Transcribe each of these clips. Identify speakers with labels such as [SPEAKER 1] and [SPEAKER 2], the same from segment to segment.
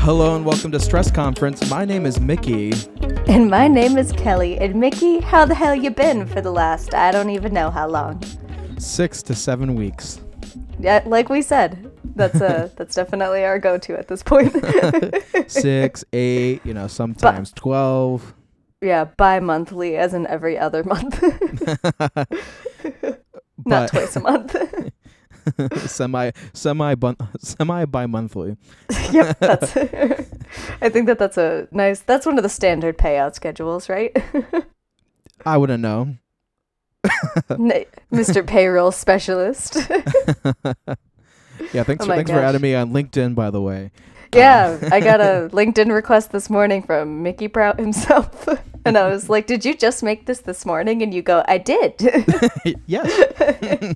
[SPEAKER 1] Hello and welcome to Stress Conference. My name is Mickey.
[SPEAKER 2] And my name is Kelly. And Mickey, how the hell you been for the last I don't even know how long?
[SPEAKER 1] Six to seven weeks.
[SPEAKER 2] Yeah, like we said, that's a that's definitely our go-to at this point.
[SPEAKER 1] Six, eight, you know, sometimes twelve.
[SPEAKER 2] yeah, bi-monthly, as in every other month,
[SPEAKER 1] But-
[SPEAKER 2] not twice a month.
[SPEAKER 1] semi semi bun- semi bi-monthly.
[SPEAKER 2] yep, that's. I think that that's a nice. That's one of the standard payout schedules, right?
[SPEAKER 1] I wouldn't know.
[SPEAKER 2] Na- Mr. Payroll Specialist.
[SPEAKER 1] Yeah, thanks
[SPEAKER 2] Oh
[SPEAKER 1] for
[SPEAKER 2] my
[SPEAKER 1] thanks for
[SPEAKER 2] gosh.
[SPEAKER 1] adding me on LinkedIn by the way.
[SPEAKER 2] Yeah, I got a LinkedIn request this morning from Mickey Prout himself. And I was like, Did you just make this this morning? And you go, I did. It's
[SPEAKER 1] yes.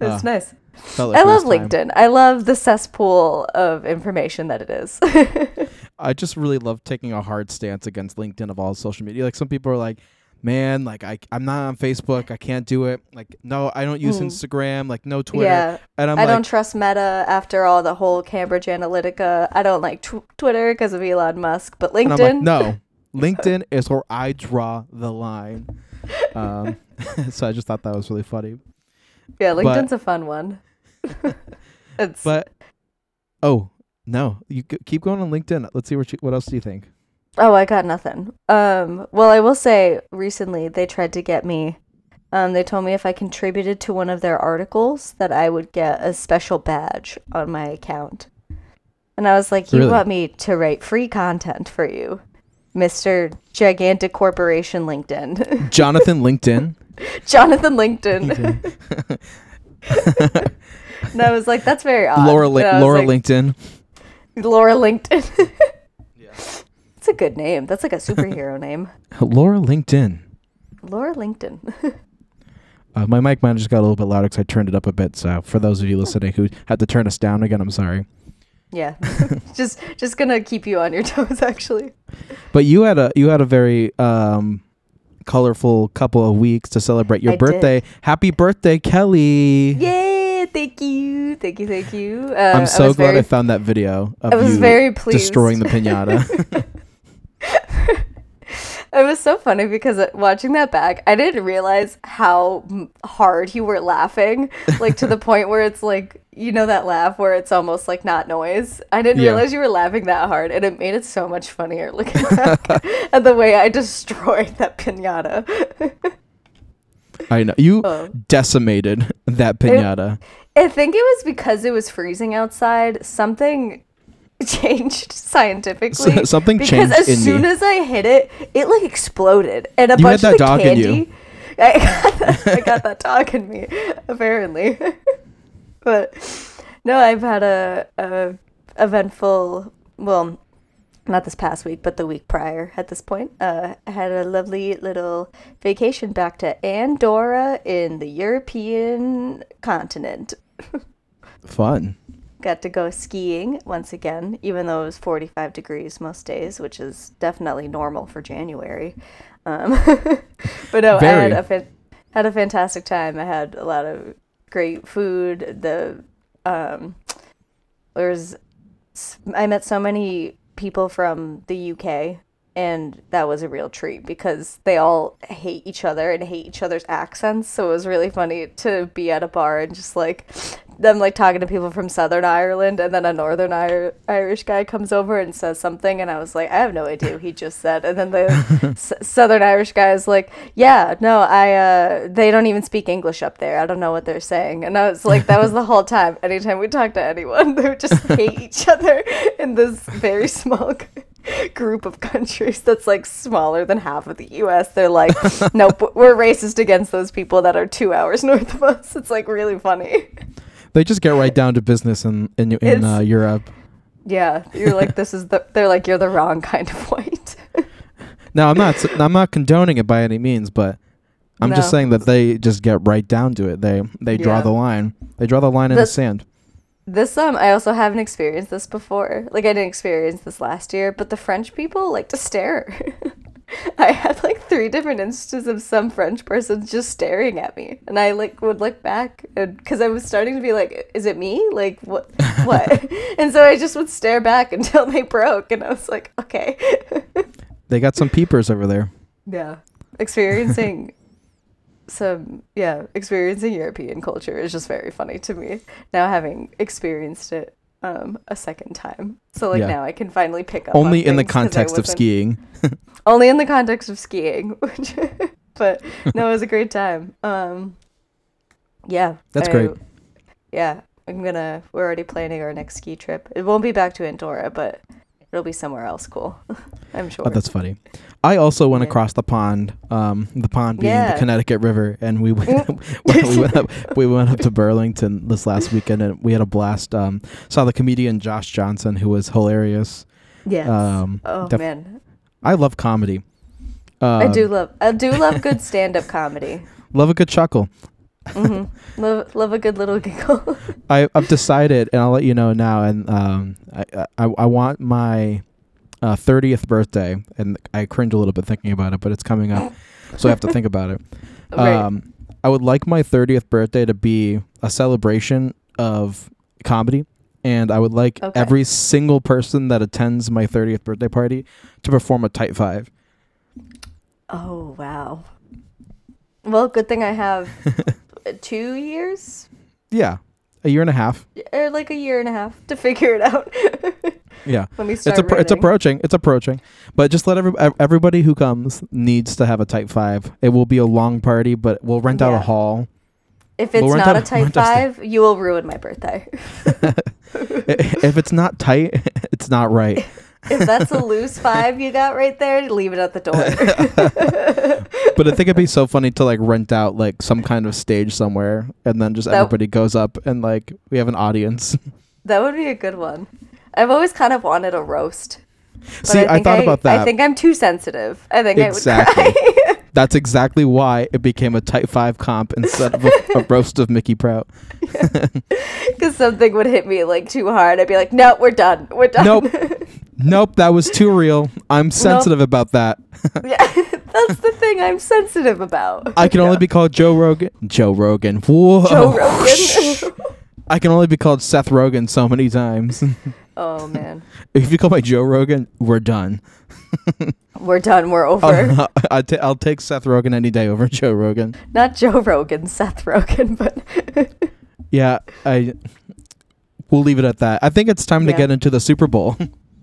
[SPEAKER 1] Ah,
[SPEAKER 2] nice.
[SPEAKER 1] felt like
[SPEAKER 2] I
[SPEAKER 1] it was
[SPEAKER 2] love
[SPEAKER 1] time.
[SPEAKER 2] LinkedIn. I love the cesspool of information that it is.
[SPEAKER 1] I just really love taking a hard stance against LinkedIn of all social media. Like some people are like, man, like I I'm not on Facebook. I can't do it. Like no, I don't
[SPEAKER 2] Mm-hmm.
[SPEAKER 1] use Instagram. Like no Twitter.
[SPEAKER 2] Yeah.
[SPEAKER 1] And I'm
[SPEAKER 2] I
[SPEAKER 1] like,
[SPEAKER 2] don't trust Meta after all the whole Cambridge Analytica. I don't like tw- Twitter because of Elon Musk, but LinkedIn.
[SPEAKER 1] and I'm like, no, LinkedIn is where I draw the line. Um, so I just thought that was really funny.
[SPEAKER 2] yeah, LinkedIn's a fun one. it's
[SPEAKER 1] But oh no, you c- keep going on LinkedIn. Let's see what you, what else do you think?
[SPEAKER 2] Oh, I got nothing. Um, well, I will say recently they tried to get me. Um, they told me if I contributed to one of their articles that I would get a special badge on my account. And I was like, "You
[SPEAKER 1] Really?
[SPEAKER 2] want me to write free content for you, Mister Gigantic Corporation LinkedIn,
[SPEAKER 1] Jonathan LinkedIn.
[SPEAKER 2] Jonathan LinkedIn?" and I was like, "That's very odd."
[SPEAKER 1] Laura
[SPEAKER 2] And I
[SPEAKER 1] Lin
[SPEAKER 2] was
[SPEAKER 1] Laura
[SPEAKER 2] like,
[SPEAKER 1] LinkedIn.
[SPEAKER 2] Laura LinkedIn. It's a good name. That's like a superhero name,
[SPEAKER 1] Laura LinkedIn.
[SPEAKER 2] Laura LinkedIn.
[SPEAKER 1] Uh, my mic might have just got a little bit louder because I turned it up a bit. So for those of you listening who had to turn us down again, I'm sorry.
[SPEAKER 2] Yeah. just just gonna keep you on your toes actually.
[SPEAKER 1] But you had a you had a very um, colorful couple of weeks to celebrate your
[SPEAKER 2] I did.
[SPEAKER 1] birthday. Happy birthday, Kelly!
[SPEAKER 2] Yay, thank you. Thank you, thank you. Uh,
[SPEAKER 1] I'm so
[SPEAKER 2] was
[SPEAKER 1] glad
[SPEAKER 2] very,
[SPEAKER 1] I found that video of
[SPEAKER 2] I was
[SPEAKER 1] you
[SPEAKER 2] very pleased.
[SPEAKER 1] destroying the pinata.
[SPEAKER 2] it was so funny because uh, watching that back, I didn't realize how m- hard you were laughing, like to the point where it's like, you know that laugh where it's almost like not noise. I didn't
[SPEAKER 1] Yeah.
[SPEAKER 2] realize you were laughing that hard and it made it so much funnier looking back at the way I destroyed that piñata.
[SPEAKER 1] I know you
[SPEAKER 2] Oh.
[SPEAKER 1] decimated that pinata.
[SPEAKER 2] I think it was because it was freezing outside. Something changed scientifically.
[SPEAKER 1] So- something
[SPEAKER 2] because
[SPEAKER 1] changed
[SPEAKER 2] as
[SPEAKER 1] in
[SPEAKER 2] soon
[SPEAKER 1] me.
[SPEAKER 2] as I hit it, it like exploded, and a
[SPEAKER 1] You had
[SPEAKER 2] bunch
[SPEAKER 1] that
[SPEAKER 2] of the
[SPEAKER 1] dog in
[SPEAKER 2] candy.
[SPEAKER 1] you.
[SPEAKER 2] I got that, I got that dog in me, apparently. but no, I've had a, a eventful. Well, not this past week, but the week prior. At this point, uh, I had a lovely little vacation back to Andorra in the European continent
[SPEAKER 1] Fun.
[SPEAKER 2] got to go skiing once again, even though it was 45 degrees most days, which is definitely normal for January. Um, but no, I
[SPEAKER 1] Very.
[SPEAKER 2] had a fan- had a fantastic time. I had a lot of great food. The um, there's I met so many people from the UK, and that was a real treat because they all hate each other and hate each other's accents. So it was really funny to be at a bar and just like them like talking to people from Southern Ireland, and then a Northern Ir- Irish guy comes over and says something, and I was like, I have no idea what he just said. And then the s- Southern Irish guy is like, Yeah, no, I uh, they don't even speak English up there. I don't know what they're saying. And I was like, that was the whole time. Anytime we talked to anyone, they would just hate each other in this very small g- group of countries that's like smaller than half of the U.S. They're like, nope, we're racist against those people that are two hours north of us. It's like really funny.
[SPEAKER 1] They just get right down to business in in, in
[SPEAKER 2] It's-
[SPEAKER 1] uh, Europe.
[SPEAKER 2] Yeah, you're like, this is the. They're like, you're the wrong kind of white.
[SPEAKER 1] Now I'm not s- I'm not condoning it by any means, but I'm just
[SPEAKER 2] No.
[SPEAKER 1] saying that they just get right down to it. They they draw
[SPEAKER 2] Yeah.
[SPEAKER 1] the line. They draw the line in the
[SPEAKER 2] That's-
[SPEAKER 1] sand.
[SPEAKER 2] This um I also haven't experienced this before. Like I didn't experience this last year, but the French people like to stare. I had like three different instances of some French person just staring at me, and I like would look back because I was starting to be like, "Is it me? Like what? What?" and so I just would stare back until they broke, and I was like, "Okay."
[SPEAKER 1] They got some peepers over there.
[SPEAKER 2] yeah, experiencing some yeah, experiencing European culture is just very funny to me now, having experienced it um a second time. So like
[SPEAKER 1] Yeah.
[SPEAKER 2] now I can finally pick up on
[SPEAKER 1] Only in the
[SPEAKER 2] things 'cause I
[SPEAKER 1] context of
[SPEAKER 2] wasn't-
[SPEAKER 1] skiing.
[SPEAKER 2] only in the context of skiing which but no it was a great time um yeah
[SPEAKER 1] That's
[SPEAKER 2] I-
[SPEAKER 1] great.
[SPEAKER 2] yeah i'm gonna we're already planning our next ski trip it won't be back to andorra but it'll be somewhere else cool i'm sure
[SPEAKER 1] Oh, that's funny. I also went
[SPEAKER 2] Yeah.
[SPEAKER 1] across the pond, um, the pond being
[SPEAKER 2] Yeah.
[SPEAKER 1] the Connecticut River, and we went, we went up we went up to Burlington this last weekend, and we had a blast. Um, saw the comedian Josh Johnson, who was hilarious.
[SPEAKER 2] yes
[SPEAKER 1] Um,
[SPEAKER 2] oh
[SPEAKER 1] def-
[SPEAKER 2] man
[SPEAKER 1] I love comedy.
[SPEAKER 2] i
[SPEAKER 1] Um,
[SPEAKER 2] do love i do love good stand-up comedy
[SPEAKER 1] love a good chuckle.
[SPEAKER 2] hmm love love a good little giggle
[SPEAKER 1] I, I've decided, and I'll let you know now. And um, I, I I want my uh, thirtieth birthday, and I cringe a little bit thinking about it, but it's coming up, so I have to think about it.
[SPEAKER 2] right
[SPEAKER 1] Um, I would like my 30th birthday to be a celebration of comedy. And I would like
[SPEAKER 2] Okay.
[SPEAKER 1] every single person that attends my 30th birthday party to perform a tight five.
[SPEAKER 2] oh wow well good thing i have uh, two years
[SPEAKER 1] Yeah. A year and a half.
[SPEAKER 2] or like a year and a half to figure it out.
[SPEAKER 1] Yeah.
[SPEAKER 2] Let me start.
[SPEAKER 1] It's, appro- it's
[SPEAKER 2] writing.
[SPEAKER 1] approaching. It's approaching. But just let every- ev- everybody who comes needs to have a tight five. It will be a long party, but we'll rent out a
[SPEAKER 2] Yeah.
[SPEAKER 1] hall.
[SPEAKER 2] If it's
[SPEAKER 1] Well, we're
[SPEAKER 2] not
[SPEAKER 1] done-
[SPEAKER 2] a
[SPEAKER 1] we're
[SPEAKER 2] type
[SPEAKER 1] done still.
[SPEAKER 2] five, you will ruin my birthday.
[SPEAKER 1] I- if it's not tight, it's not right.
[SPEAKER 2] if that's a loose five you got right there, leave it at the door.
[SPEAKER 1] But I think it'd be so funny to like rent out like some kind of stage somewhere, and then just
[SPEAKER 2] That-
[SPEAKER 1] everybody goes up and like we have an audience.
[SPEAKER 2] that would be a good one. I've always kind of wanted a roast. But
[SPEAKER 1] See, I,
[SPEAKER 2] think
[SPEAKER 1] thought about that.
[SPEAKER 2] I think I'm too sensitive. I think I
[SPEAKER 1] Exactly.
[SPEAKER 2] would cry.
[SPEAKER 1] That's exactly why it became a Type Five comp instead of a, a roast of Mickey Prout.
[SPEAKER 2] Because something would hit me like too hard. I'd be like, no, we're done. We're done.
[SPEAKER 1] Nope. Nope, that was too real. I'm sensitive about that.
[SPEAKER 2] yeah, that's the thing I'm sensitive about.
[SPEAKER 1] I Oh, can only be called Joe Rogan. Joe Rogan. Whoa.
[SPEAKER 2] Joe Rogan.
[SPEAKER 1] I can only be called Seth Rogan so many times.
[SPEAKER 2] oh man,
[SPEAKER 1] if you call me Joe Rogan, we're done.
[SPEAKER 2] we're done. We're over.
[SPEAKER 1] I'll, I'll, Oh, ta- I'll take Seth Rogan any day over Joe Rogan.
[SPEAKER 2] Not Joe Rogan, Seth Rogan, but
[SPEAKER 1] Yeah, I. We'll leave it at that. I think it's time to
[SPEAKER 2] Yeah.
[SPEAKER 1] get into the Super Bowl.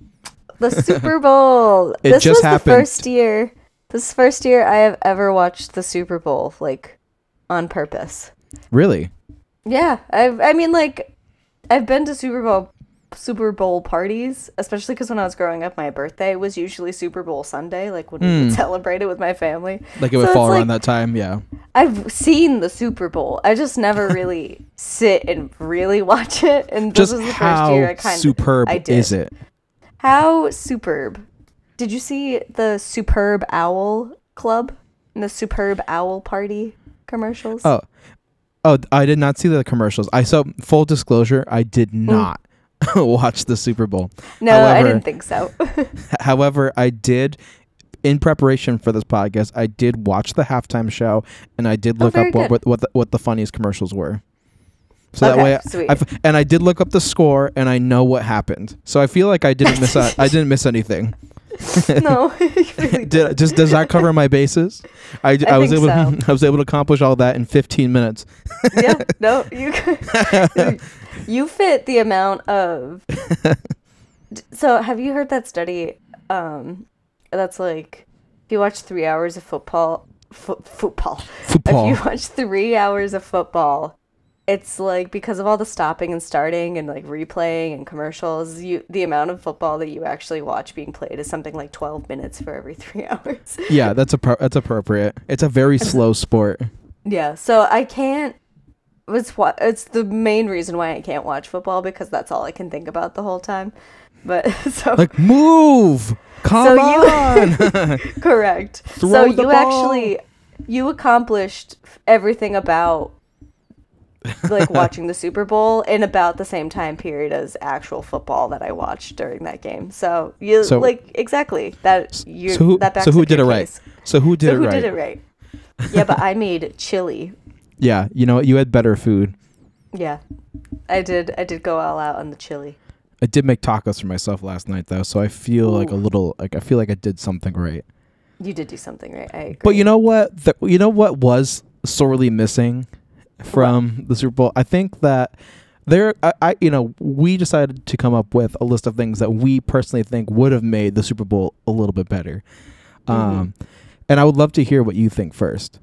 [SPEAKER 2] the Super Bowl.
[SPEAKER 1] It
[SPEAKER 2] this
[SPEAKER 1] just
[SPEAKER 2] was
[SPEAKER 1] happened.
[SPEAKER 2] the first year. This first year I have ever watched the Super Bowl like on purpose.
[SPEAKER 1] really?
[SPEAKER 2] Yeah, I've. I mean, like, I've been to Super Bowl Super Bowl parties, especially because when I was growing up, my birthday was usually Super Bowl Sunday, like when we would celebrate it with my family.
[SPEAKER 1] Hmm. Like it
[SPEAKER 2] So
[SPEAKER 1] would
[SPEAKER 2] it's
[SPEAKER 1] fall around
[SPEAKER 2] like-
[SPEAKER 1] that time? Yeah.
[SPEAKER 2] I've seen the Super Bowl. I just never really sit and really watch it. And this
[SPEAKER 1] Just
[SPEAKER 2] was the first year
[SPEAKER 1] how
[SPEAKER 2] I kind of
[SPEAKER 1] superb
[SPEAKER 2] I did.
[SPEAKER 1] is it?
[SPEAKER 2] How superb? Did you see the Superb Owl Club and the Superb Owl Party commercials?
[SPEAKER 1] Oh, Oh, th- I did not see the commercials. I saw full disclosure. I did not watch the Super Bowl.
[SPEAKER 2] no, I
[SPEAKER 1] however-
[SPEAKER 2] didn't think so.
[SPEAKER 1] H- However, I did in preparation for this podcast. I did watch the halftime show, and I did
[SPEAKER 2] Oh,
[SPEAKER 1] look
[SPEAKER 2] very
[SPEAKER 1] up what,
[SPEAKER 2] good.
[SPEAKER 1] what what the, what the funniest commercials were. So
[SPEAKER 2] Okay,
[SPEAKER 1] that way,
[SPEAKER 2] sweet.
[SPEAKER 1] I, I've, and I did look up the score, and I know what happened. So I feel like I didn't miss out. I didn't miss anything.
[SPEAKER 2] no, you really
[SPEAKER 1] Did I- just does that cover my bases? I, d-
[SPEAKER 2] I
[SPEAKER 1] was
[SPEAKER 2] think
[SPEAKER 1] able I was able to accomplish all that in 15 minutes.
[SPEAKER 2] yeah, no, you you fit the amount of. D- So, have you heard that study? Um, that's like if you watch three hours of football, fo- football.
[SPEAKER 1] Football.
[SPEAKER 2] If you watch three hours of football, it's like because of all the stopping and starting and like replaying and commercials, you the amount of football that you actually watch being played is something like twelve minutes for every three hours.
[SPEAKER 1] Yeah, that's appro- that's appropriate. It's a very slow sport.
[SPEAKER 2] Yeah, so I can't. It's what it's the main reason why I can't watch football because that's all I can think about the whole time. But so
[SPEAKER 1] Like move, come
[SPEAKER 2] you-
[SPEAKER 1] on.
[SPEAKER 2] correct.
[SPEAKER 1] Throw
[SPEAKER 2] So
[SPEAKER 1] the
[SPEAKER 2] you actually you accomplished f- everything about like watching the Super Bowl in about the same time period as actual football that I watched during that game. So you
[SPEAKER 1] So-
[SPEAKER 2] like exactly that you
[SPEAKER 1] so who,
[SPEAKER 2] that backs
[SPEAKER 1] so who
[SPEAKER 2] up
[SPEAKER 1] did it
[SPEAKER 2] your
[SPEAKER 1] right?
[SPEAKER 2] case.
[SPEAKER 1] So who did
[SPEAKER 2] so
[SPEAKER 1] it
[SPEAKER 2] who
[SPEAKER 1] right?
[SPEAKER 2] did it right? Yeah, but I made chili.
[SPEAKER 1] Yeah, you know what? You had better food.
[SPEAKER 2] Yeah, I did. I did go all out on the chili.
[SPEAKER 1] I did make tacos for myself last night though, so I feel like a
[SPEAKER 2] Ooh.
[SPEAKER 1] little like I feel like I did something right.
[SPEAKER 2] You did do something right. I agree.
[SPEAKER 1] But you know what? The, you know what was sorely missing from the Super Bowl? I think that there, I, I, you know, we decided to come up with a list of things that we personally think would have made the Super Bowl a little bit better.
[SPEAKER 2] Mm-hmm.
[SPEAKER 1] Um, and I would love to hear what you think first.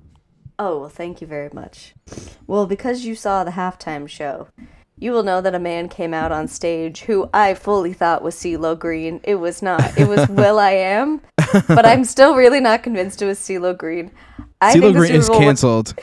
[SPEAKER 2] Oh, well, thank you very much. Well, because you saw the halftime show, you will know that a man came out on stage who I fully thought was CeeLo Green. It was not. It was Will I Am, but I'm still really not convinced it was CeeLo Green. I
[SPEAKER 1] CeeLo
[SPEAKER 2] think the
[SPEAKER 1] Green
[SPEAKER 2] Super
[SPEAKER 1] is
[SPEAKER 2] Bowl was-
[SPEAKER 1] canceled.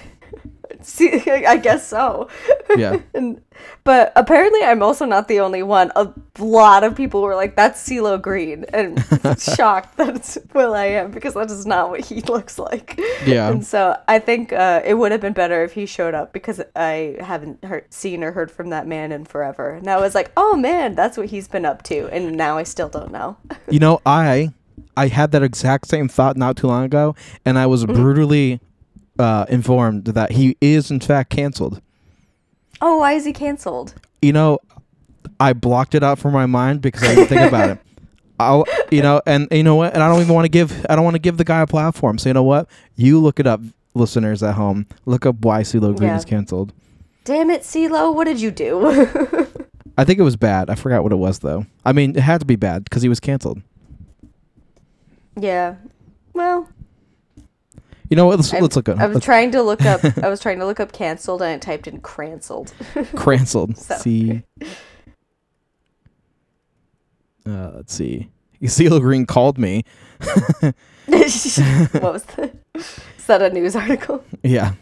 [SPEAKER 2] See, I guess so.
[SPEAKER 1] yeah,
[SPEAKER 2] And, but apparently, I'm also not the only one. A lot of people were like, "That's CeeLo Green," and shocked that it's Will I Am because that is not what he looks like.
[SPEAKER 1] Yeah.
[SPEAKER 2] And so I think uh, it would have been better if he showed up because I haven't heard, seen or heard from that man in forever. And I was like, "Oh man, that's what he's been up to," and now I still don't know.
[SPEAKER 1] you know, I, I had that exact same thought not too long ago, and I
[SPEAKER 2] Mm-hmm.
[SPEAKER 1] was brutally uh, informed that he is in fact canceled.
[SPEAKER 2] Oh, why is he canceled?
[SPEAKER 1] you know, I blocked it out from my mind because I didn't think about it. I'll, you know, and you know what? And I don't even want to give, I don't want to give the guy a platform. So you know what? You look it up, listeners at home. Look up why CeeLo Green
[SPEAKER 2] Yeah.
[SPEAKER 1] is canceled.
[SPEAKER 2] Damn it, CeeLo, what did you do?
[SPEAKER 1] I think it was bad. I forgot what it was though. I mean, it had to be bad because he was canceled.
[SPEAKER 2] yeah. Well,
[SPEAKER 1] You know what? Let's,
[SPEAKER 2] I'm-
[SPEAKER 1] let's look at
[SPEAKER 2] I was
[SPEAKER 1] it.
[SPEAKER 2] trying to look up. I was trying to look up canceled, and I typed in cranceled.
[SPEAKER 1] Canceled.
[SPEAKER 2] So-
[SPEAKER 1] See. Uh, let's see. CeeLo Green called me.
[SPEAKER 2] what was the? Is that a news article?
[SPEAKER 1] Yeah.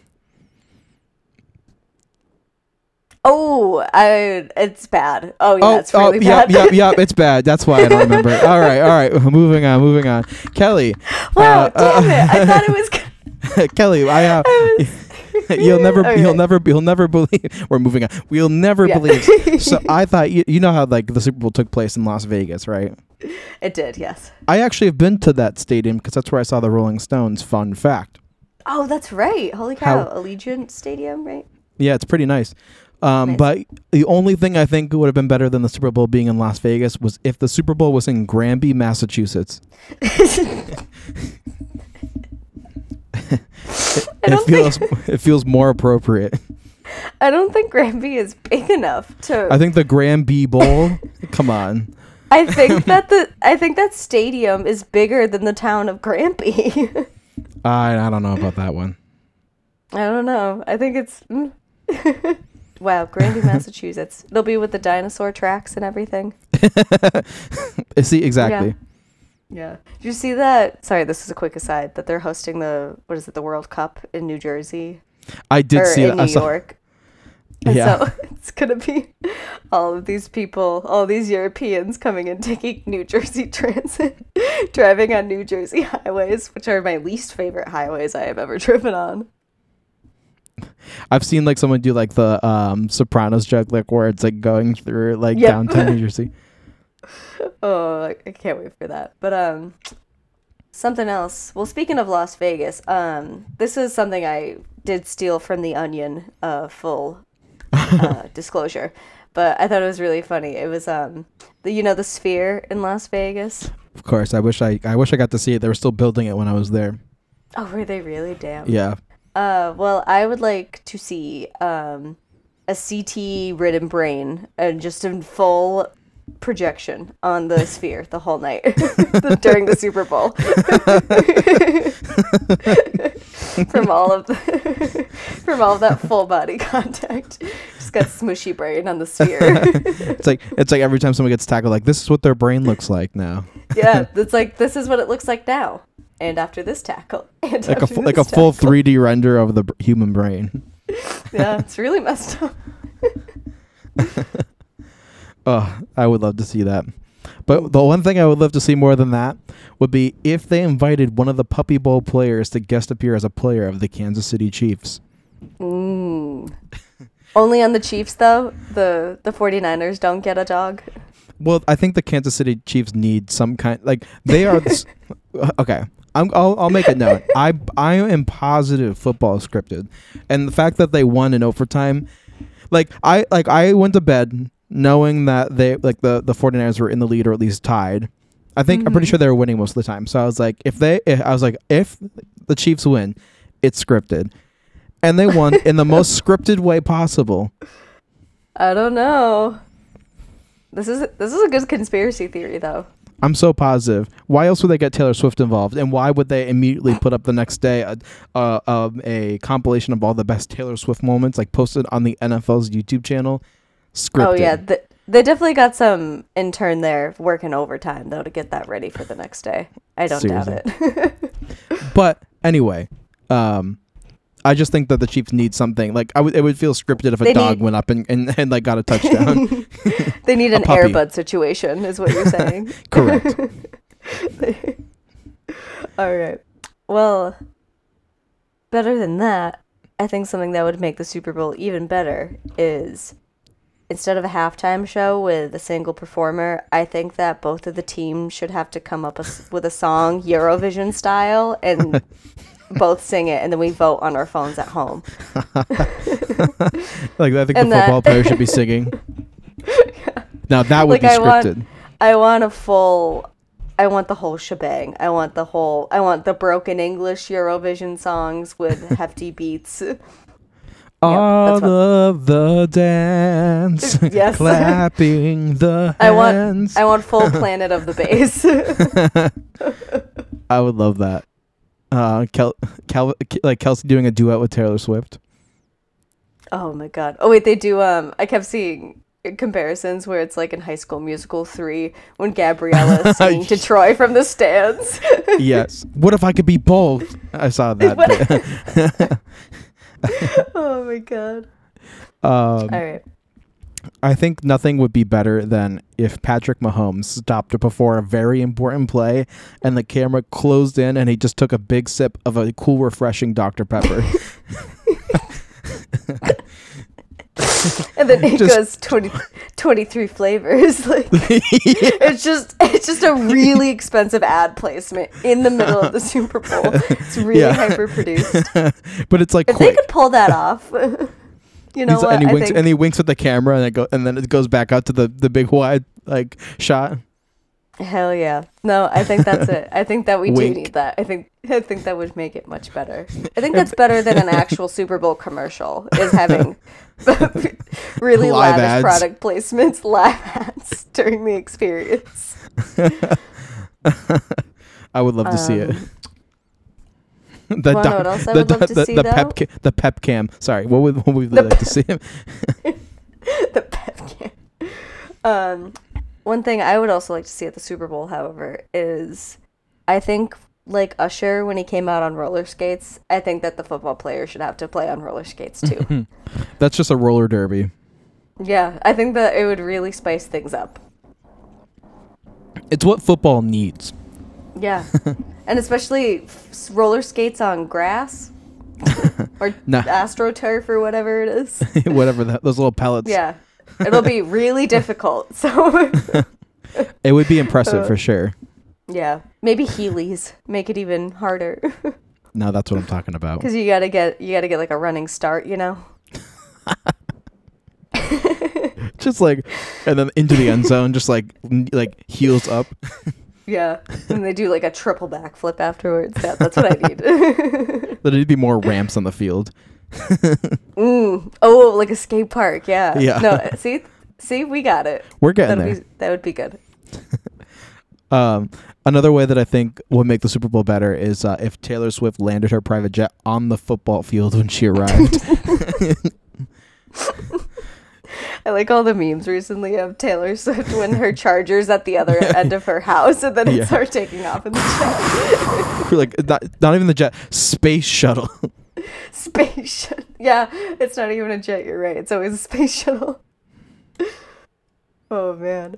[SPEAKER 2] Oh, I. It's bad. Oh yeah, it's really
[SPEAKER 1] yep,
[SPEAKER 2] bad.
[SPEAKER 1] yep, yep. It's bad. That's why I don't remember. it. all right, all right. Moving on, moving on. Kelly,
[SPEAKER 2] wow,
[SPEAKER 1] Uh, uh,
[SPEAKER 2] damn it! I thought it was.
[SPEAKER 1] Kelly, I uh, you'll never, you'll
[SPEAKER 2] Okay.
[SPEAKER 1] never, you'll never believe. We're moving on. We'll never
[SPEAKER 2] Yeah.
[SPEAKER 1] believe. So I thought you, you know how like the Super Bowl took place in Las Vegas, right?
[SPEAKER 2] It did. Yes.
[SPEAKER 1] I actually have been to that stadium because that's where I saw the Rolling Stones. Fun fact.
[SPEAKER 2] Oh, that's right. Holy
[SPEAKER 1] How-
[SPEAKER 2] cow! Allegiant Stadium, right?
[SPEAKER 1] Yeah, it's pretty nice. Um,
[SPEAKER 2] Nice.
[SPEAKER 1] But the only thing I think would have been better than the Super Bowl being in Las Vegas was if the Super Bowl was in Granby, Massachusetts.
[SPEAKER 2] I
[SPEAKER 1] It
[SPEAKER 2] don't think
[SPEAKER 1] feels it feels more appropriate.
[SPEAKER 2] I don't think Granby is big enough to.
[SPEAKER 1] I think the Granby Bowl. come on.
[SPEAKER 2] I think that the I think that stadium is bigger than the town of Granby.
[SPEAKER 1] I I don't know about that one.
[SPEAKER 2] I don't know. I think it's mm. wow, Granby, Massachusetts. They'll be with the dinosaur tracks and everything.
[SPEAKER 1] Eh, See exactly.
[SPEAKER 2] Yeah. Did you see that? Sorry, this is a quick aside. That they're hosting the what is it? The World Cup in New Jersey
[SPEAKER 1] I did
[SPEAKER 2] or
[SPEAKER 1] see
[SPEAKER 2] in
[SPEAKER 1] that.
[SPEAKER 2] New
[SPEAKER 1] I saw-
[SPEAKER 2] York. And
[SPEAKER 1] Yeah.
[SPEAKER 2] so it's gonna be all of these people, all these Europeans coming and taking New Jersey transit, driving on New Jersey highways, which are my least favorite highways I have ever driven on.
[SPEAKER 1] I've seen like someone do like the um Sopranos joke, like where it's like going through like
[SPEAKER 2] Yep.
[SPEAKER 1] downtown New Jersey.
[SPEAKER 2] Oh, I- I can't wait for that. But um something else. Well, speaking of Las Vegas, um this is something I did steal from the Onion uh full uh, disclosure. But I thought it was really funny. It was um the you know the sphere in Las Vegas?
[SPEAKER 1] Of course, I wish I I wish I got to see it. They were still building it when I was there.
[SPEAKER 2] Oh, were they really damn?
[SPEAKER 1] Yeah.
[SPEAKER 2] Uh well, I would like to see um a CT ridden brain and just in full projection on the sphere the whole night during the Super Bowl. from all of the, from all of that full body contact. Just got smushy brain on the sphere.
[SPEAKER 1] It's like it's like every time someone gets tackled, like this is what their brain looks like now,
[SPEAKER 2] yeah, it's like this is what it looks like now. And after this tackle, and
[SPEAKER 1] like
[SPEAKER 2] after
[SPEAKER 1] a fu- like a
[SPEAKER 2] this
[SPEAKER 1] full
[SPEAKER 2] tackle.
[SPEAKER 1] 3D render of the b- human brain.
[SPEAKER 2] Yeah, it's really messed up.
[SPEAKER 1] Oh, I would love to see that. But the one thing I would love to see more than that would be if they invited one of the Puppy Bowl players to guest appear as a player of the Kansas City Chiefs.
[SPEAKER 2] Mm. Only on the Chiefs though. The the 49ers don't get a dog.
[SPEAKER 1] Well, I think the Kansas City Chiefs need some kind like they are. s- okay, I'm, I'll I'll make a note. I I am positive football is scripted, and the fact that they won in overtime, like I like I went to bed knowing that they like the the 49ers were in the lead or at least tied. I think I'm pretty
[SPEAKER 2] Mhm.
[SPEAKER 1] sure they were winning most of the time. So I was like, if they, if, I was like, if the Chiefs win, it's scripted, and they won in the most scripted way possible.
[SPEAKER 2] I don't know. This is this is a good conspiracy theory though.
[SPEAKER 1] I'm so positive. Why else would they get Taylor Swift involved? And why would they immediately put up the next day a, a, um, a compilation of all the best Taylor Swift moments, like posted on the NFL's YouTube channel? Scripted.
[SPEAKER 2] Oh yeah, th- they definitely got some intern there working overtime though to get that ready for the next day. I don't doubt
[SPEAKER 1] Seriously.
[SPEAKER 2] it.
[SPEAKER 1] But anyway, um, I just think that the Chiefs need something. Like I would, it would feel scripted if a
[SPEAKER 2] They
[SPEAKER 1] dog
[SPEAKER 2] need-
[SPEAKER 1] went up and, and, and like got a touchdown.
[SPEAKER 2] They need
[SPEAKER 1] A
[SPEAKER 2] an
[SPEAKER 1] puppy.
[SPEAKER 2] airbud situation, is what you're saying.
[SPEAKER 1] Correct.
[SPEAKER 2] All right. Well, better than that, I think something that would make the Super Bowl even better is instead of a halftime show with a single performer, I think that both of the teams should have to come up a s with a song Eurovision style and both sing it, and then we vote on our phones at home.
[SPEAKER 1] Like I think
[SPEAKER 2] And
[SPEAKER 1] the
[SPEAKER 2] that-
[SPEAKER 1] football player should be singing. Now that would
[SPEAKER 2] Like,
[SPEAKER 1] be
[SPEAKER 2] I want-
[SPEAKER 1] scripted.
[SPEAKER 2] I want a full. I want the whole shebang. I want the whole. I want the broken English Eurovision songs with hefty beats.
[SPEAKER 1] All
[SPEAKER 2] that's what-
[SPEAKER 1] of the dance,
[SPEAKER 2] Yes.
[SPEAKER 1] clapping the
[SPEAKER 2] I want-
[SPEAKER 1] hands.
[SPEAKER 2] I want full Planet of the Bass.
[SPEAKER 1] I would love that. Uh, Kel- Kel- Ke- like Kelsey doing a duet with Taylor Swift.
[SPEAKER 2] oh my god. Oh wait, they do. Um, I kept seeing comparisons where it's like in High School Musical three when Gabriella is singing to Troy from the stands.
[SPEAKER 1] yes. What if I could be both? I saw that. bit.
[SPEAKER 2] oh my god.
[SPEAKER 1] um,
[SPEAKER 2] All right.
[SPEAKER 1] I think nothing would be better than if Patrick Mahomes stopped to perform a very important play and the camera closed in and he just took a big sip of a cool, refreshing Dr. Pepper.
[SPEAKER 2] And then it
[SPEAKER 1] Just-
[SPEAKER 2] goes 20, 23 flavors. Like it's just it's just a really expensive ad placement in the middle of the Super Bowl. It's really
[SPEAKER 1] Yeah.
[SPEAKER 2] hyper produced.
[SPEAKER 1] but it's like
[SPEAKER 2] If they
[SPEAKER 1] quick.
[SPEAKER 2] could pull that off, you know
[SPEAKER 1] He's-
[SPEAKER 2] what?
[SPEAKER 1] and he
[SPEAKER 2] I
[SPEAKER 1] winks
[SPEAKER 2] think
[SPEAKER 1] and he winks at the camera and it go and then it goes back out to the the big wide like shot.
[SPEAKER 2] hell yeah. No, I think that's it. I think that we do
[SPEAKER 1] Wink.
[SPEAKER 2] need that. I think I think that would make it much better. I think that's better than an actual Super Bowl commercial is having really
[SPEAKER 1] Live
[SPEAKER 2] lavish
[SPEAKER 1] ads.
[SPEAKER 2] product placements, live ads during the experience.
[SPEAKER 1] I would love to see it.
[SPEAKER 2] Um,
[SPEAKER 1] The
[SPEAKER 2] wanna know
[SPEAKER 1] doc-
[SPEAKER 2] what else I
[SPEAKER 1] the
[SPEAKER 2] would love
[SPEAKER 1] doc-
[SPEAKER 2] to
[SPEAKER 1] the,
[SPEAKER 2] see,
[SPEAKER 1] the
[SPEAKER 2] though?
[SPEAKER 1] pep ca- the pep cam. Sorry, what would what would we like to see?
[SPEAKER 2] the pep can. Um, one thing I would also like to see at the Super Bowl, however, is I think like Usher when he came out on roller skates, I think that the football player should have to play on roller skates too.
[SPEAKER 1] That's just a roller derby.
[SPEAKER 2] yeah, I think that it would really spice things up.
[SPEAKER 1] It's what football needs.
[SPEAKER 2] Yeah, and especially f- s- roller skates on grass or
[SPEAKER 1] Nah.
[SPEAKER 2] astroturf or whatever it is.
[SPEAKER 1] Whatever that, those little pellets.
[SPEAKER 2] Yeah. It'll be really difficult. So,
[SPEAKER 1] It would be impressive
[SPEAKER 2] Uh,
[SPEAKER 1] for sure.
[SPEAKER 2] yeah. Maybe Heelys make it even harder.
[SPEAKER 1] No, that's what I'm talking about.
[SPEAKER 2] Because you gotta get you gotta get like a running start, you know.
[SPEAKER 1] Just like and then into the end zone just like n- like heels up.
[SPEAKER 2] Yeah, and they do like a triple backflip afterwards. Yeah, that's what I need.
[SPEAKER 1] There'd be more ramps on the field.
[SPEAKER 2] mm. Oh, like a skate park. Yeah.
[SPEAKER 1] Yeah.
[SPEAKER 2] No, see, see, we got it.
[SPEAKER 1] We're getting
[SPEAKER 2] That'd
[SPEAKER 1] there.
[SPEAKER 2] be that would be good.
[SPEAKER 1] Um, another way that I think would make the Super Bowl better is uh, if Taylor Swift landed her private jet on the football field when she arrived.
[SPEAKER 2] I like all the memes recently of Taylor Swift when her charger's at the other end of her house, and then
[SPEAKER 1] Yeah.
[SPEAKER 2] it's her taking off in the jet
[SPEAKER 1] like not, not even the jet, space shuttle.
[SPEAKER 2] space shuttle. Yeah, it's not even a jet. You're right. It's always a space shuttle. Oh man.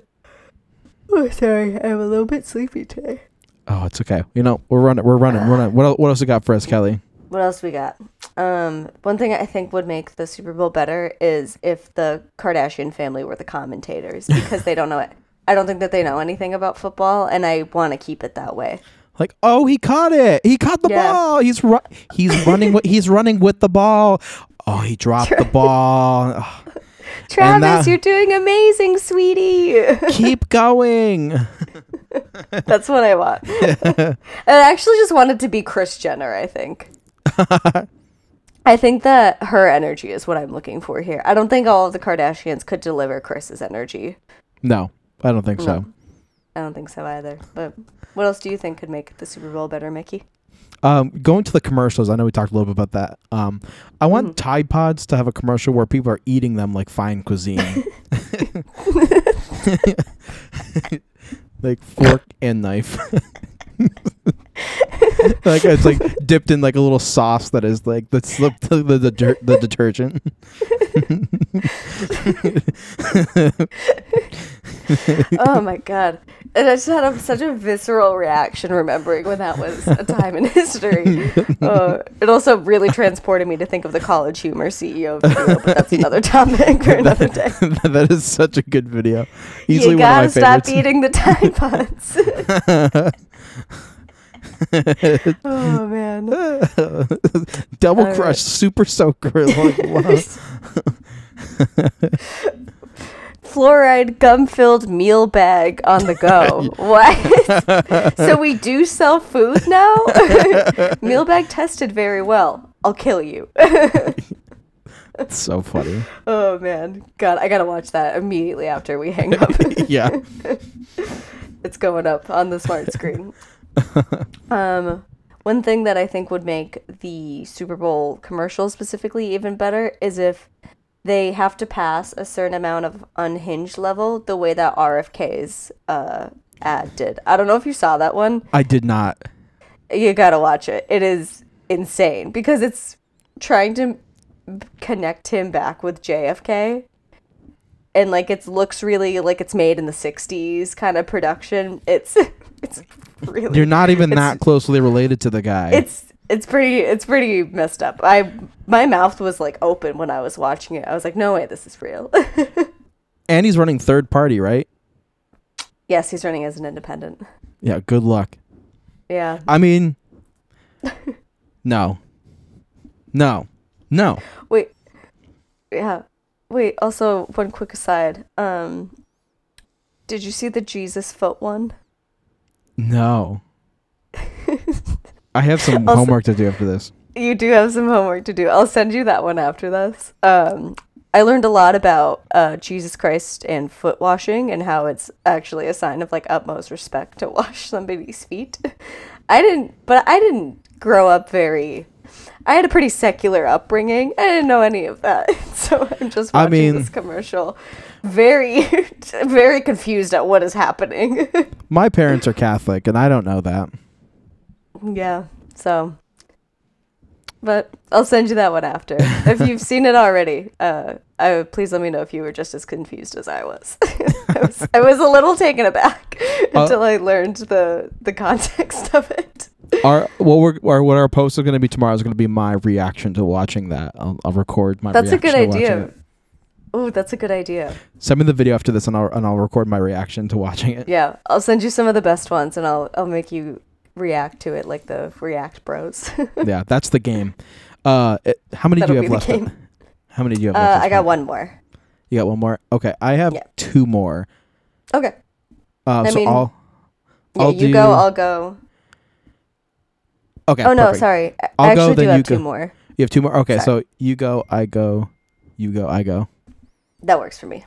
[SPEAKER 2] Oh, sorry. I'm a little bit sleepy today.
[SPEAKER 1] Oh, it's okay. You know we're running, we're running, we're running. What el- what else you got for us, Kelly?
[SPEAKER 2] What else we got? Um, one thing I think would make the Super Bowl better is if the Kardashian family were the commentators because they don't know it. I don't think that they know anything about football, and I want to keep it that way.
[SPEAKER 1] Like, oh, he caught it. He caught the
[SPEAKER 2] Yeah.
[SPEAKER 1] ball. He's ru- he's running. With, he's running with the ball. Oh, he dropped the ball. Ugh,
[SPEAKER 2] Travis,
[SPEAKER 1] that-
[SPEAKER 2] you're doing amazing, sweetie.
[SPEAKER 1] keep going.
[SPEAKER 2] That's what I want. and I actually just wanted to be Chris Jenner, I think. I think that her energy is what I'm looking for here. I don't think all of the Kardashians could deliver Chris's energy.
[SPEAKER 1] No, I don't think so.
[SPEAKER 2] I don't think so either. But what else do you think could make the Super Bowl better, Mickey?
[SPEAKER 1] Um, going to the commercials, I know we talked a little bit about that. Um, I want
[SPEAKER 2] Mm-hmm.
[SPEAKER 1] Tide Pods to have a commercial where people are eating them like fine cuisine, like fork and knife. like it's like dipped in like a little sauce that is like the slip the the, deter- the detergent.
[SPEAKER 2] oh my god. And I just had a, such a visceral reaction remembering when that was a time in history. Uh, it also really transported me to think of the college humor E CEO video, but that's another topic for another day.
[SPEAKER 1] that is such a good video. Easily
[SPEAKER 2] you
[SPEAKER 1] one of my
[SPEAKER 2] gotta
[SPEAKER 1] favorites.
[SPEAKER 2] stop eating the Tide Pods. oh man.
[SPEAKER 1] Double
[SPEAKER 2] All
[SPEAKER 1] crush, super soaker. Like, wow.
[SPEAKER 2] Fluoride gum filled meal bag on the go. what? so we do sell food now? meal bag tested very well. I'll kill you.
[SPEAKER 1] It's so funny.
[SPEAKER 2] oh man. God, I gotta watch that immediately after we hang up.
[SPEAKER 1] yeah.
[SPEAKER 2] it's going up on the smart screen. um, one thing that I think would make the Super Bowl commercial specifically even better is if they have to pass a certain amount of unhinged level the way that RFK's uh, ad did. I don't know if you saw that one.
[SPEAKER 1] I did not.
[SPEAKER 2] You gotta watch it. It is insane because it's trying to m- connect him back with JFK. And like it looks really like it's made in the 60s kind of production. It's it's really
[SPEAKER 1] You're not even
[SPEAKER 2] It's-
[SPEAKER 1] that closely related to the guy.
[SPEAKER 2] it's it's pretty it's pretty messed up. I my mouth was like open when I was watching it. I was like, no way, this is real.
[SPEAKER 1] and he's running third party, right?
[SPEAKER 2] yes, he's running as an independent.
[SPEAKER 1] Yeah, good luck.
[SPEAKER 2] Yeah.
[SPEAKER 1] I mean No. No. No.
[SPEAKER 2] Wait. Yeah. Wait, also one quick aside. Um did you see the Jesus foot one?
[SPEAKER 1] No. I have some
[SPEAKER 2] Also-
[SPEAKER 1] homework to do after this.
[SPEAKER 2] You do have some homework to do. I'll send you that one after this. Um I learned a lot about uh, Jesus Christ and foot washing and how it's actually a sign of like utmost respect to wash somebody's feet. I didn't, but I didn't grow up very. I had a pretty secular upbringing. I didn't know any of that, so I'm just
[SPEAKER 1] I
[SPEAKER 2] watching
[SPEAKER 1] mean-
[SPEAKER 2] this commercial, very, very confused at what is happening.
[SPEAKER 1] My parents are Catholic and I don't know that.
[SPEAKER 2] Yeah. So, but I'll send you that one after. If you've seen it already, uh, I, please let me know if you were just as confused as I was. I was, I was a little taken aback
[SPEAKER 1] Uh,
[SPEAKER 2] until I learned the the context of it.
[SPEAKER 1] Our what we're our, what our post is going to be tomorrow is going to be my reaction to watching that. I'll, I'll record my.
[SPEAKER 2] That's a good
[SPEAKER 1] reaction to watching
[SPEAKER 2] idea.
[SPEAKER 1] it.
[SPEAKER 2] Oh, that's a good idea.
[SPEAKER 1] Send me the video after this, and I'll and I'll record my reaction to watching it.
[SPEAKER 2] Yeah, I'll send you some of the best ones, and I'll I'll make you react to it like the React Bros.
[SPEAKER 1] yeah, that's the game. Uh, it- how many do
[SPEAKER 2] That'll
[SPEAKER 1] you
[SPEAKER 2] be
[SPEAKER 1] have
[SPEAKER 2] the
[SPEAKER 1] left?
[SPEAKER 2] game.
[SPEAKER 1] How many do you have left?
[SPEAKER 2] Uh,
[SPEAKER 1] at
[SPEAKER 2] I
[SPEAKER 1] this
[SPEAKER 2] got
[SPEAKER 1] point?
[SPEAKER 2] one more.
[SPEAKER 1] You got one more. Okay, I have
[SPEAKER 2] Yeah.
[SPEAKER 1] two more.
[SPEAKER 2] Okay.
[SPEAKER 1] Uh,
[SPEAKER 2] I
[SPEAKER 1] so
[SPEAKER 2] mean,
[SPEAKER 1] I'll.
[SPEAKER 2] Yeah,
[SPEAKER 1] I'll
[SPEAKER 2] you
[SPEAKER 1] do,
[SPEAKER 2] go. I'll go.
[SPEAKER 1] okay.
[SPEAKER 2] oh no,
[SPEAKER 1] perfect.
[SPEAKER 2] sorry. I
[SPEAKER 1] I'll
[SPEAKER 2] I
[SPEAKER 1] go,
[SPEAKER 2] actually
[SPEAKER 1] then
[SPEAKER 2] do
[SPEAKER 1] you
[SPEAKER 2] have two
[SPEAKER 1] go.
[SPEAKER 2] more.
[SPEAKER 1] You have two more. Okay,
[SPEAKER 2] Sorry.
[SPEAKER 1] so you go, I go, you go, I go.
[SPEAKER 2] That works for me.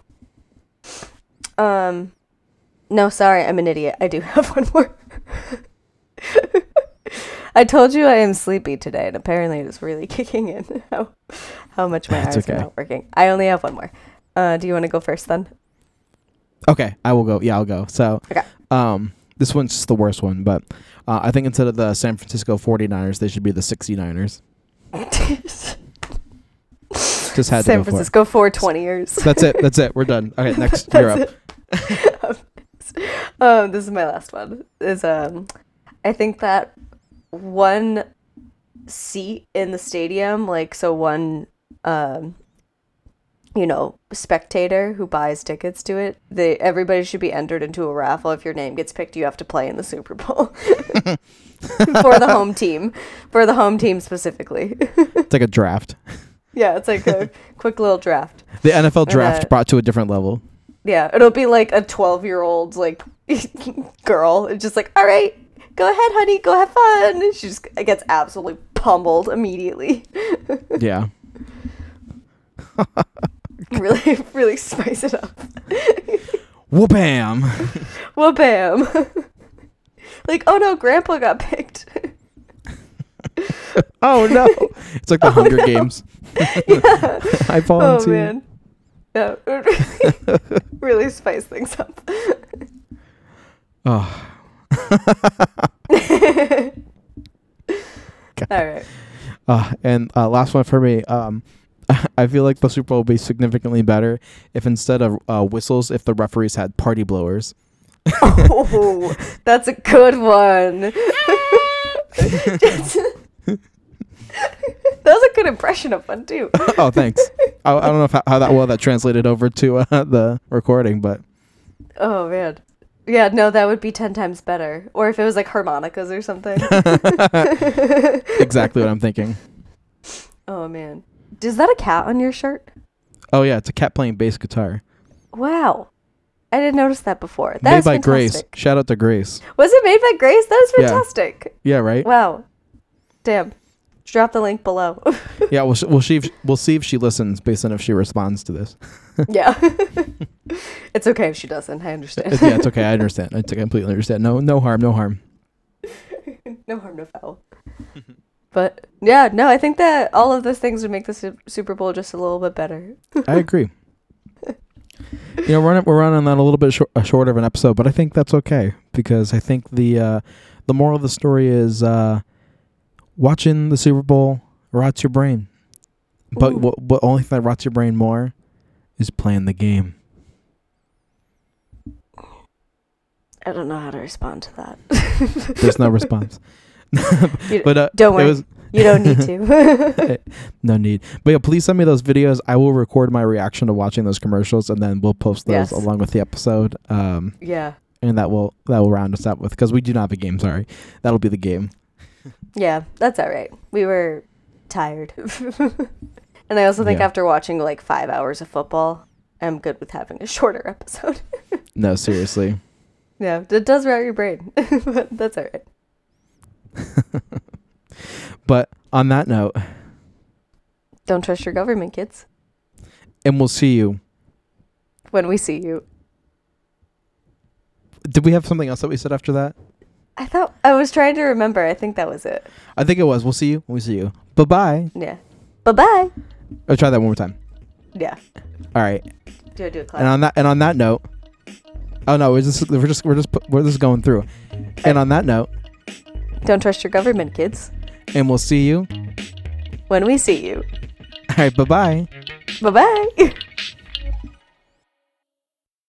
[SPEAKER 2] Um, no, sorry, I'm an idiot. I do have one more. I told you I am sleepy today, and apparently it is really kicking in how, how much my
[SPEAKER 1] That's
[SPEAKER 2] eyes are
[SPEAKER 1] okay.
[SPEAKER 2] not working. I only have one more. Uh, do you want to go first then?
[SPEAKER 1] Okay, I will go. Yeah, I'll go. So,
[SPEAKER 2] Okay.
[SPEAKER 1] um, this one's just the worst one, but uh, I think instead of the San Francisco 49ers, they should be the 69ers. Just had to go
[SPEAKER 2] San
[SPEAKER 1] for it.
[SPEAKER 2] Francisco for 20 years.
[SPEAKER 1] That's it. That's it. We're done. Okay, next. you're up.
[SPEAKER 2] um, this is my last one. Is um, I think that one seat in the stadium, like so one um you know, spectator who buys tickets to it, they everybody should be entered into a raffle. If your name gets picked, you have to play in the Super Bowl for the home team, for the home team specifically.
[SPEAKER 1] It's like a draft.
[SPEAKER 2] yeah, it's like a quick little draft.
[SPEAKER 1] The NFL draft
[SPEAKER 2] that.
[SPEAKER 1] brought to a different level.
[SPEAKER 2] Yeah, it'll be like a 12 year old, like, girl. It's just like, all right, go ahead, honey, go have fun. And She just gets absolutely pummeled immediately.
[SPEAKER 1] Yeah.
[SPEAKER 2] really, really spice it up.
[SPEAKER 1] Whoopam.
[SPEAKER 2] Well, bam. like, oh no, grandpa got picked.
[SPEAKER 1] Oh no. It's like the Hunger Games. I
[SPEAKER 2] oh,
[SPEAKER 1] volunteer.
[SPEAKER 2] man. Yeah, it would really, really spice things up.
[SPEAKER 1] Oh.
[SPEAKER 2] All right.
[SPEAKER 1] Uh, and uh, last one for me. Um, I feel like the Super Bowl would be significantly better if instead of uh, whistles, if the referees had party blowers.
[SPEAKER 2] Oh, that's a good one. Just- that was a good impression of one too.
[SPEAKER 1] oh, thanks. I, I don't know if, how that well that translated over to uh, the recording, but
[SPEAKER 2] Oh man. Yeah, no, that would be ten times better. Or if it was like harmonicas or something.
[SPEAKER 1] exactly what I'm thinking.
[SPEAKER 2] oh man. Is that a cat on your shirt?
[SPEAKER 1] Oh yeah, it's a cat playing bass guitar,
[SPEAKER 2] Wow. I didn't notice that before. That
[SPEAKER 1] made
[SPEAKER 2] is
[SPEAKER 1] by Grace.
[SPEAKER 2] fantastic.
[SPEAKER 1] Shout out to Grace.
[SPEAKER 2] Was it made by Grace? That is
[SPEAKER 1] Yeah.
[SPEAKER 2] fantastic.
[SPEAKER 1] Yeah, right.
[SPEAKER 2] Wow. Damn. Drop the link below.
[SPEAKER 1] yeah, we'll, sh- we'll see. If, we'll see if she listens based on if she responds to this.
[SPEAKER 2] yeah. it's okay if she doesn't. I understand.
[SPEAKER 1] It's- Uh, yeah, it's okay. I understand. I completely understand. No, no harm. No harm.
[SPEAKER 2] no harm, no foul. but yeah, no, I think that all of those things would make the Sup- Super Bowl just a little bit better.
[SPEAKER 1] I agree. you know, we're running, we're running on a little bit shor- uh short of an episode, but I think that's okay because I think the uh, the moral of the story is uh, watching the Super Bowl rots your brain, but
[SPEAKER 2] Ooh.
[SPEAKER 1] what what only thing that rots your brain more is playing the game.
[SPEAKER 2] I don't know how to respond to that.
[SPEAKER 1] There's no response.
[SPEAKER 2] You-
[SPEAKER 1] but uh,
[SPEAKER 2] don't worry.
[SPEAKER 1] It was
[SPEAKER 2] you don't need to.
[SPEAKER 1] no need. But yeah, please send me those videos. I will record my reaction to watching those commercials, and then we'll post those
[SPEAKER 2] Yes.
[SPEAKER 1] along with the episode. Um,
[SPEAKER 2] yeah.
[SPEAKER 1] and that will that will round us up with because we do not have a game. Sorry, that'll be the game.
[SPEAKER 2] Yeah, that's all right. We were tired. and I also think
[SPEAKER 1] Yeah.
[SPEAKER 2] after watching like five hours of football, I'm good with having a shorter episode.
[SPEAKER 1] No, seriously.
[SPEAKER 2] yeah, it does rot your brain, but that's all right.
[SPEAKER 1] But on that note,
[SPEAKER 2] Don't trust your government, kids.
[SPEAKER 1] and we'll see you.
[SPEAKER 2] When we see you.
[SPEAKER 1] Did we have something else that we said after that?
[SPEAKER 2] I thought I was trying to remember. I think that was it.
[SPEAKER 1] I think it was. We'll see you. when We see you. Bye bye.
[SPEAKER 2] Yeah. Bye bye.
[SPEAKER 1] I'll try that one more time.
[SPEAKER 2] Yeah.
[SPEAKER 1] All right.
[SPEAKER 2] Do I do a clap?
[SPEAKER 1] And on that and on that note, oh no, we're just we're just we're just pu- we're just going through. And on that note,
[SPEAKER 2] Don't trust your government, kids.
[SPEAKER 1] and we'll see you.
[SPEAKER 2] When we see you.
[SPEAKER 1] All right. Bye bye.
[SPEAKER 2] Bye bye.